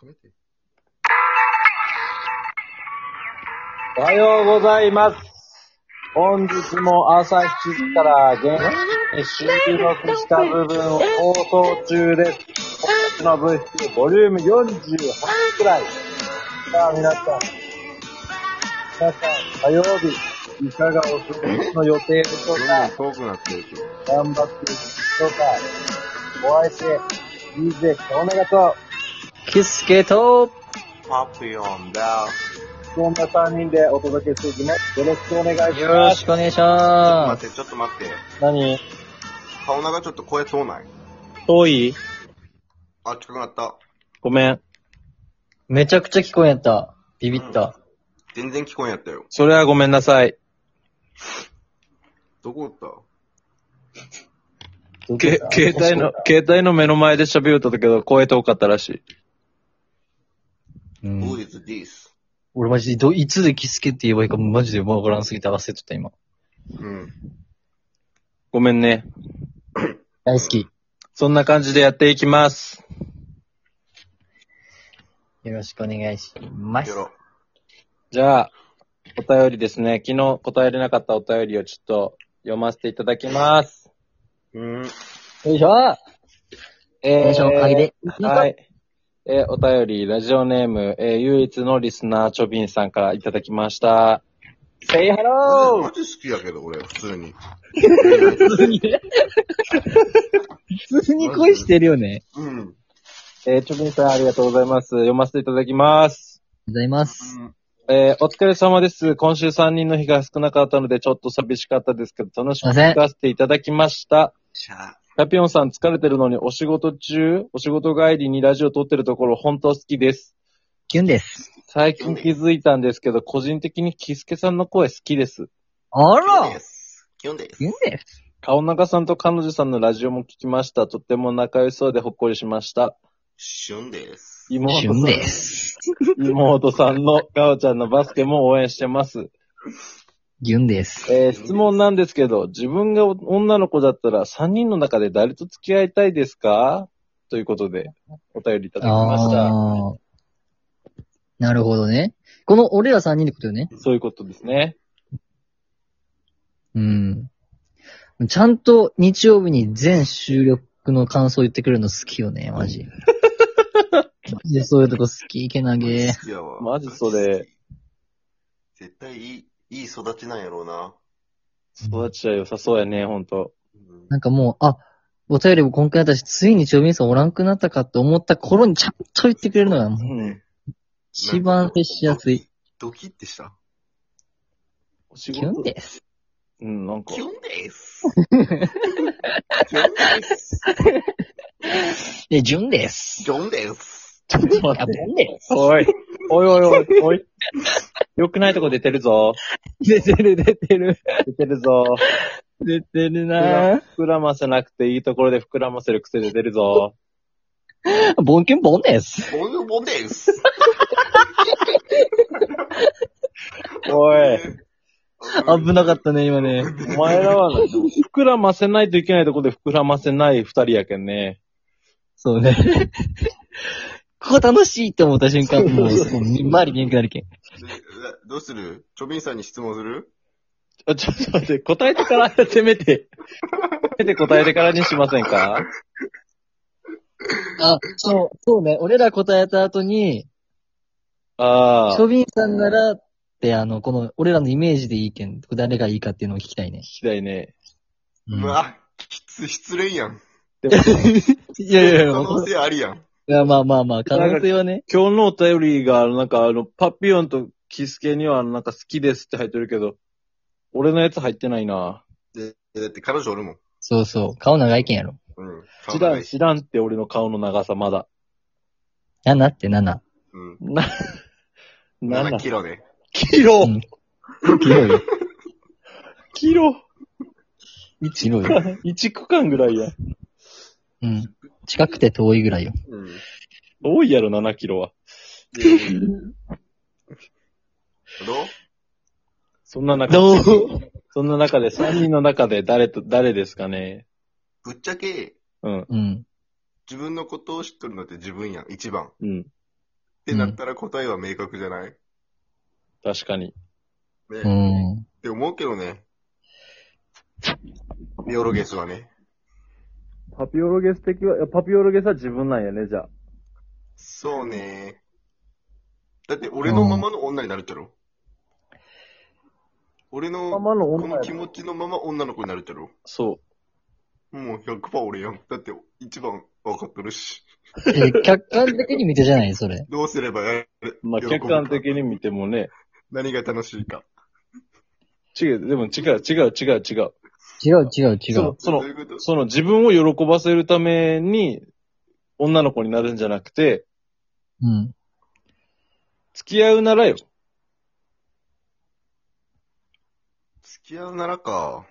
止めて。おはようございます。本日も朝7時から現在収録した部分を放送中です。本日の部室、ボリューム48くらい。さあ皆さん、皆さん、火曜日、いかがお過ごしの予定でしどょうんどかん遠くなってるけど。頑張っていきましょうか。お相手、DJ 小長と、キスケと、パピオンだ。こんな3人でお届けしていきます。よろしくお願いしよまろす。しくお願いしちょっとます。待って、ちょっと待って。何顔長ちょっと声遠ない遠いあ、近くなった。ごめん。めちゃくちゃ聞こえんやった。ビビった。全然聞こえんやったよ。それはごめんなさい。どこおったけ、携帯の、携帯の目の前で喋るとったけど、声遠かったらしい。う ?Who ん。 is this? 俺マジで、ど、いつでキスケって言えばいいかマジでわからんすぎて焦っとった今。うん。ごめんね。大好き。そんな感じでやっていきます。よろしくお願いしますよ。ろ。じゃあ、お便りですね。昨日答えれなかったお便りをちょっと読ませていただきます。うん。よいしょよえいしょ、おかげで。はい。えーお便り、ラジオネーム、えー唯一のリスナー、チョビンさんからいただきました。 Say hello! マジ好きやけど、俺、普通に。普通に、普通に恋してるよね。うん。うん。えーチョビンさん、ありがとうございます。読ませていただきます。ありがとうございます。えーお疲れ様です。今週3人の日が少なかったので、ちょっと寂しかったですけど、楽しく聞かせていただきました。しゃあ。ラピオンさん疲れてるのにお仕事中、お仕事帰りにラジオ撮ってるところ本当好きです。キュンです。最近気づいたんですけど、個人的にキスケさんの声好きです。あキュンでらす。キュンです。キュンです。顔長さんと彼女さんのラジオも聞きました。とっても仲良しそうでほっこりしました。シュンです。妹キさュンんです。妹さんのガオちゃんのバスケも応援してます。ギュンです。えー質問なんですけど、自分が女の子だったら3人の中で誰と付き合いたいですかということで、お便りいただきました。あー。なるほどね。この俺ら3人ってことよね。そういうことですね。うん。ちゃんと日曜日に全収録の感想言ってくれるの好きよね、マ ジ。マジでそういうとこ好き、けなげ。好きやわ。マジそれ。絶対いい、いい育ちなんやろうな。育ちは良さそうやね、ほんと。うんなんかもう、あ、お便りも今回私、ついにチョビンさんおらんくなったかって思った頃にちゃんと言ってくれるのが、もううん。一番接しやすい。ドキってした。お仕キュン事。です。うん、なんかキュ、ンです。 キュンです。え、ジュンです。キュンです。ちょっと待って。です。おい、おいおいおい、おい。良くないとこ出てるぞ。出てる、出てる。出てるぞ。出てるなぁ。膨らませなくていいところで膨らませる癖で出るぞ。ボンキュンボンです。ボンボンです。おい、危なかったね、今ね。お前らは、膨らませないといけないところで膨らませない二人やけんね。そうね。 ここ楽しいって思った瞬間、もう、そうにんまり元気になるけん。えどうするチョビンさんに質問するあちょっと待って、答えてから、せめて。せめて答えてからにしませんかあ、そう、そうね。俺ら答えた後に、あシあ、ョビンさんなら、って、あの、この、俺らのイメージでいいけん、誰がいいかっていうのを聞きたいね。聞きたいね。うんうわ、きつ、失礼やん。いやいやいや、可ま能性ありやん。あまあまあまあ、可能性はね。今日のお便りが、なんかあの、パピヨンとキスケにはなんか好きですって入ってるけど、俺のやつ入ってないな。でだって彼女おるもん。そうそう。顔長いけんやろ。うん。知顔ら長ん、いし知らんって俺の顔の長さま だ。 7って7。うん。な、なんだ7キロね。キロうん広いよ。キロ広いよ。一区間ぐらいや。うん。近くて遠いぐらいよ。うん。多いやろ、7キロは。どうそんな中、どうそんな中で、3人の中で誰と、誰ですかね。ぶっちゃけ、うん、うん。自分のことを知っとるのって自分やん。一番。うん。てなったら答えは明確じゃない、確かに。うね、っん。て思うけどね。ビオロゲスはね。パピオロゲス的は、いやパピオロゲスは自分なんやね、じゃあ。そうね。だって俺のままの女になるっちゃろ俺の、ままのこ女の気や持ちのまま女の子になるっちゃろそもう100%俺やん。だって一番分かってるし。え客観的に見てじゃないそれ。どうすればやるう。まあ、喜ぶ客観的に見てもね、何が楽しいか。違う、でも違う、違う、違う、違う。違う違う違そうの。そのどういうことその自分を喜ばせるために、女の子になるんじゃなくて、うん。付き合うならよ。付き合うならか。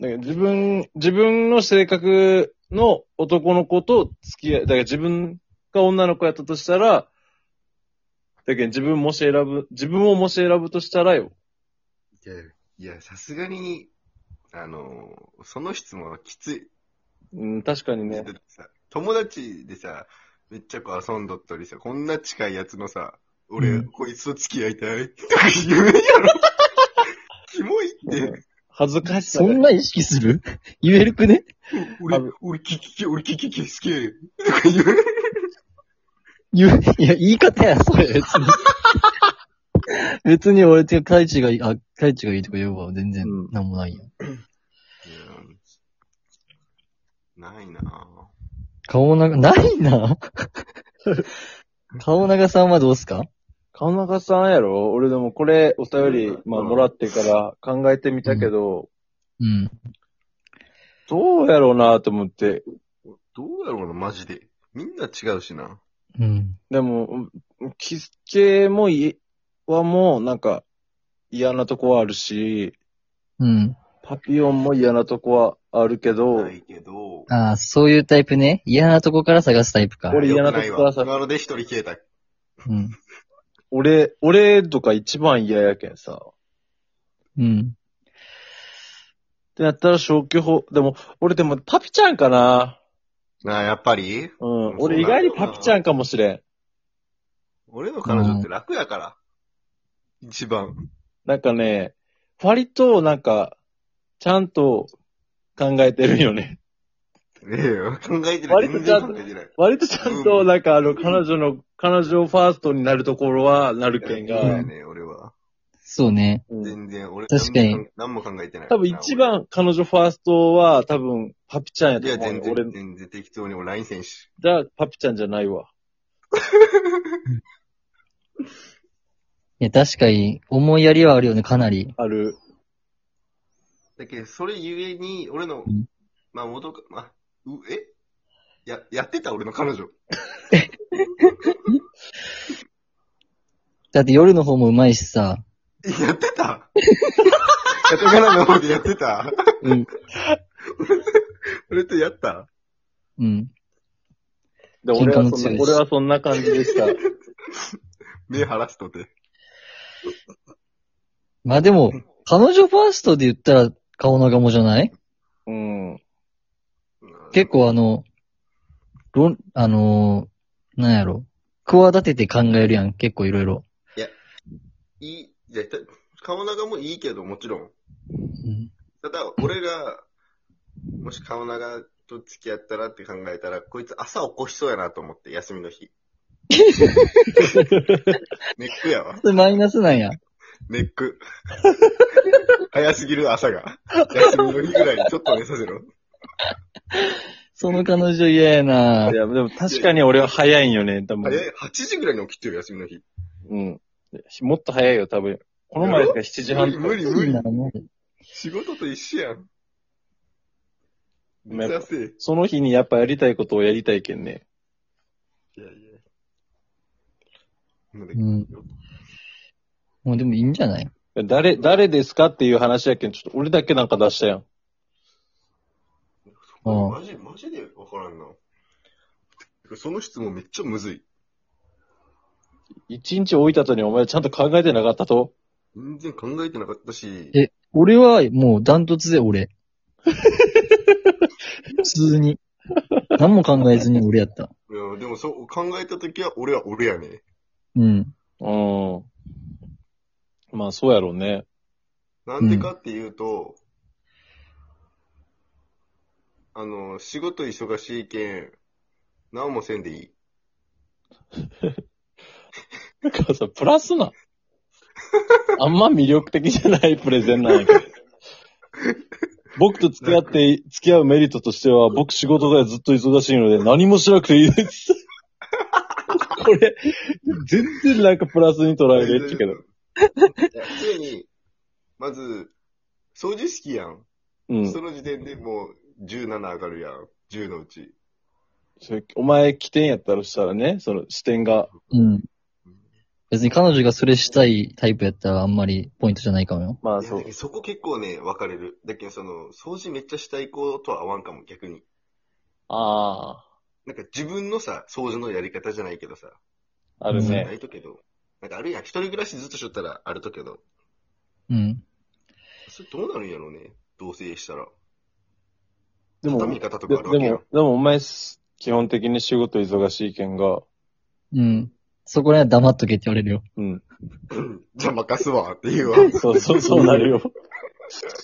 だから自分、自分の性格の男の子と付き合い、だから自分が女の子やったとしたら、だけど自分もし選ぶ、自分をもし選ぶとしたらよ。いや、いや、さすがに、あの、その質問はきつい。うん、確かにねだ。ってさ友達でさ、めっちゃこう遊んどったりさ、こんな近いやつのさ、俺、うんこいつと付き合いたいとか言うやろ。 キモいって。恥ずかしさそが。んな意識する言えるくね俺あの、俺、キキキ、俺、キキキ好きやよとか言う。言う、いや、言い方や、それ、別 に。別に俺って、カイチがいい、あ、カイチがいいとか言うわ、全然うん、なんもないよ。ないなぁ。顔長、ない な顔長さんはどうすか川中さんやろ俺でもこれお便り、まあもらってから考えてみたけど、うん。どうやろうなと思って。どうやろうな、マジで。みんな違うしな。うん。でも、うん着付けもい、はもうなんか嫌なとこはあるし、うん。パピオンも嫌なとこはあるけど、ないけど。ああ、そういうタイプね。嫌なとこから探すタイプか。俺嫌なとこからさよくないわなので一人消えた。うん。俺、俺とか一番嫌やけんさ。っうん。てなったら消去法、でも、俺でもパピちゃんかななあ、やっぱりうん。そうな俺ん意だよな外にパピちゃんかもしれん。俺の彼女って楽やから。一番。なんかね、割となんか、ちゃんと考えてるよね。ねえよ。考えてる。割と全ちゃ然んと考えてない。 割とちゃんと、なんかあの、彼女の、彼女ファーストになるところは、なるけんいやがいい、ね、俺は。そうね。うん全然、俺、確かに何も考えてない。多分一番彼女ファーストは、多分、パピちゃんやいとや、思う全よ。然、俺、全然適当に俺 LINE 選手。じゃあパピちゃんじゃないわ。いや、確かに、思いやりはあるよね、かなり。ある。だけど、それゆえに、俺のうん、まあ、元か、まあ、う、えや、やってた俺の彼女。 だって夜の方もうまいしさ。やってたカタカナの方でやってたうん。 俺とやったうん。で、喧俺嘩はもそ強いんしな、俺はそんな感じで した。目晴らすとて。まあでも、彼女ファーストで言ったら、顔長もじゃないうん。結構あの、論、あのーなんやろ。企てて考えるやん、結構いろいろ。いい、じゃ、た顔長もいいけど、もちろん。うん。ただ、俺が、もし顔長と付き合ったらって考えたら、こいつ朝起こしそうやなと思って、休み の日。ネックやわ。それマイナスなんや。ネック。早すぎる朝が。休みの日ぐらいにちょっと寝させろ。その彼女嫌やいなや、でも確かに俺は早いんよね、多分早。い、8時ぐらいに起きてる、休みの日。うん。もっと早いよ、多分。この前が7時半とか無理無無理理無な理。の仕事と一緒やん。目指せ。いその日にやっぱやりたいことをやりたいけんね。やいや。うんもうでもいいんじゃない誰、誰ですかっていう話やけん、ちょっと俺だけなんか出したやん。うんマジ、マジでわからんな。その質問めっちゃむずい。一日置いた後にお前ちゃんと考えてなかったと全然考えてなかったし。え、俺はもうダントツで 俺。普通に。何も考えずに俺やった。いやでもそう、考えたときは俺は俺やね。うん。うん。まあ、そうやろうね。なんでかっていうと、あの、仕事忙しいけん、何もせんでいい。だからさ、プラスな。あんま魅力的じゃないプレゼンなんやけど。僕と付き合って、付き合うメリットとしては、僕仕事がずっと忙しいので、何もしなくていいです。これ、全然なんかプラスに捉えれっちゃけど。いや常に、まず、掃除式やん。うんそ。の時点でもう17上がるやん。10のうち。それお前起点やったらしたらね、その視点が。うん。別に彼女がそれしたいタイプやったらあんまりポイントじゃないかもよ。まあいやそだうけ。どそこ結構ね、分かれる。だけどその、掃除めっちゃしたい子とは合わんかも、逆に。あなんか自分のさ、掃除のやり方じゃないけどさ。あ、あるなね。いとけど。なんかあるやん。一人暮らしずっとしとったらあるとけど。うん。それどうなるんやろうね。同棲したら。でも、畳みで方とでかあるわけやもん。、でもお前、基本的に仕事忙しい件が、うん。そこら辺は黙っとけって言われるよ。うん。じゃあ任すわっ ていうわ。そうそう、そうなるよ。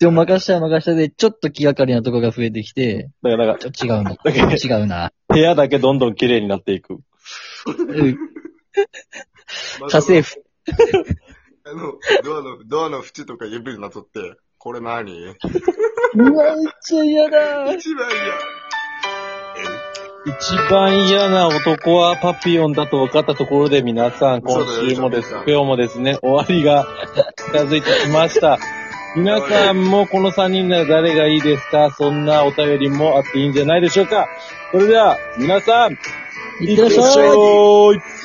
でも任したら任したで、ちょっと気がかりなとこが増えてきて、だから、だかちょっと違うな。ら、だから違うな。部屋だけどんどん綺麗になっていく。うん。家政婦。あの、ドアの、ドアの縁とか指になっとって、こ れ何うわ、めっちゃ嫌 だ。一番一番嫌な男はパピヨンだと分かったところで皆さん、今週もです、今日もですね、終わりが 近づいてきました。皆さんもこの3人なら誰がいいですかそんなお便りもあっていいんじゃないでしょうかそれでは、皆さん、いってらっしゃい。い